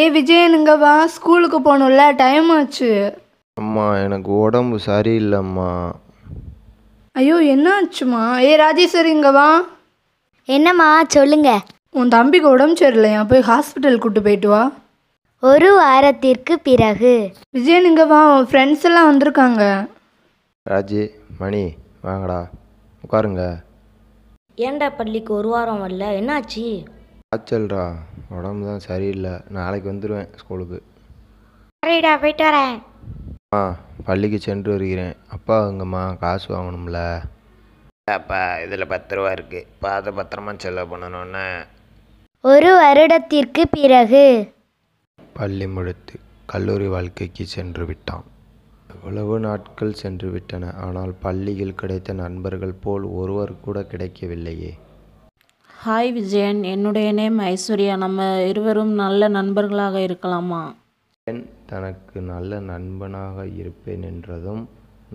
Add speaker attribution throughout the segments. Speaker 1: ஏ விஜயன் இங்கே வா ஸ்கூலுக்கு போகணும்ல டைம் ஆச்சு
Speaker 2: அம்மா எனக்கு உடம்பு சரியில்லைம்மா
Speaker 1: ஐயோ என்ன ஆச்சுமா ஏ ராஜேஸ்வரி இங்கே வா
Speaker 3: என்னம்மா சொல்லுங்க
Speaker 1: உன் தம்பிக்கு உடம்பு சரியில்லையா போய் ஹாஸ்பிட்டல் கூட்டு போயிட்டு வா
Speaker 3: ஒரு வாரத்திற்கு பிறகு
Speaker 1: விஜயன் இங்கே வா உன் ஃப்ரெண்ட்ஸ் எல்லாம் வந்திருக்காங்க
Speaker 2: ராஜி மணி வாங்கடா உட்காருங்க
Speaker 4: ஏன்டா பள்ளிக்கு ஒரு வாரம் வரல என்னாச்சு
Speaker 2: காய்ச்சல்டா உடம்பு தான் சரியில்லை நாளைக்கு வந்துடுவேன் ஸ்கூலுக்கு
Speaker 3: சரிடா போயிட்டு வரேன்
Speaker 2: ஆ பள்ளிக்கு சென்று வருகிறேன் அப்பா எங்கம்மா காசு வாங்கணும்ல அப்பா இதில் பத்து ரூபா இருக்குது பாத பத்திரமா செலவு பண்ணணும்னு
Speaker 3: ஒரு வருடத்திற்கு பிறகு
Speaker 2: பள்ளி முடித்து கல்லூரி வாழ்க்கைக்கு சென்று விட்டான் எவ்வளவு நாட்கள் சென்று விட்டன ஆனால் பள்ளியில் கிடைத்த நண்பர்கள் போல் ஒருவர் கூட கிடைக்கவில்லையே
Speaker 5: ஹாய் விஜயன் என்னுடைய நேம் ஐஸ்வர்யா நம்ம இருவரும் நல்ல நண்பர்களாக இருக்கலாமா
Speaker 2: பெண் தனக்கு நல்ல நண்பனாக இருப்பேன் என்றதும்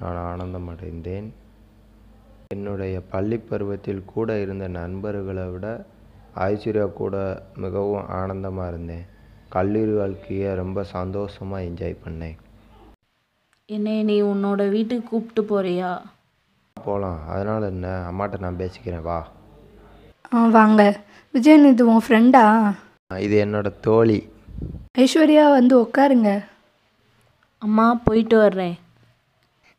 Speaker 2: நான் ஆனந்தமடைந்தேன் என்னுடைய பள்ளி பருவத்தில் கூட இருந்த நண்பர்களை விட ஐஸ்வர்யா கூட மிகவும் ஆனந்தமாக இருந்தேன் கல்லூரி வாழ்க்கையை ரொம்ப சந்தோஷமாக என்ஜாய் பண்ணேன்
Speaker 5: என்னை நீ உன்னோட வீட்டுக்கு கூப்பிட்டு போறியா
Speaker 2: போகலாம் அதனால் என்ன அம்மாட்ட நான் பேசிக்கிறேன் வா
Speaker 1: ஆ வாங்க விஜயன் இது உன் ஃப்ரெண்டா
Speaker 2: இது என்னோட தோழி
Speaker 1: ஐஸ்வர்யா வந்து உட்காருங்க
Speaker 5: அம்மா போயிட்டு வர்றேன்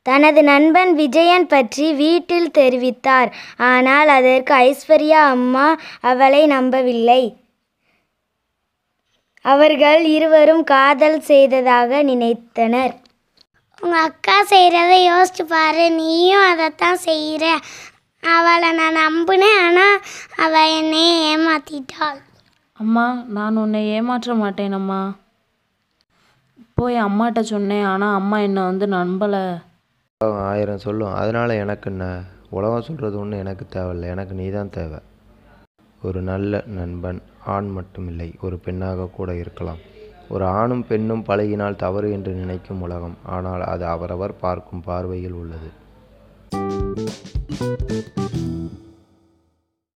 Speaker 3: தனது நண்பன் விஜயன் பற்றி வீட்டில் தெரிவித்தார் ஆனால் அதற்கு ஐஸ்வர்யா அம்மா அவளை நம்பவில்லை அவர்கள் இருவரும் காதல் செய்ததாக நினைத்தனர்
Speaker 6: உங்கள் அக்கா செய்கிறத யோசிச்சு பாரு நீயும் அதைத்தான் செய்கிற அவளை நான் நம்பினேன் ஆனால் அவள் என்னை ஏமாத்திட்டாள்
Speaker 5: அம்மா நான் உன்னை ஏமாற்ற மாட்டேன் அம்மா போய் அம்மாட்ட சொன்னேன் ஆனால் அம்மா என்னை வந்து நம்பலை
Speaker 2: உலகம் ஆயிரம் சொல்லும் அதனால் எனக்கு என்ன உலகம் சொல்கிறது ஒன்றும் எனக்கு தேவையில்லை எனக்கு நீ தான் தேவை ஒரு நல்ல நண்பன் ஆண் மட்டும் இல்லை ஒரு பெண்ணாக கூட இருக்கலாம் ஒரு ஆணும் பெண்ணும் பழகினால் தவறு என்று நினைக்கும் உலகம் ஆனால் அது அவரவர் பார்க்கும் பார்வையில் உள்ளது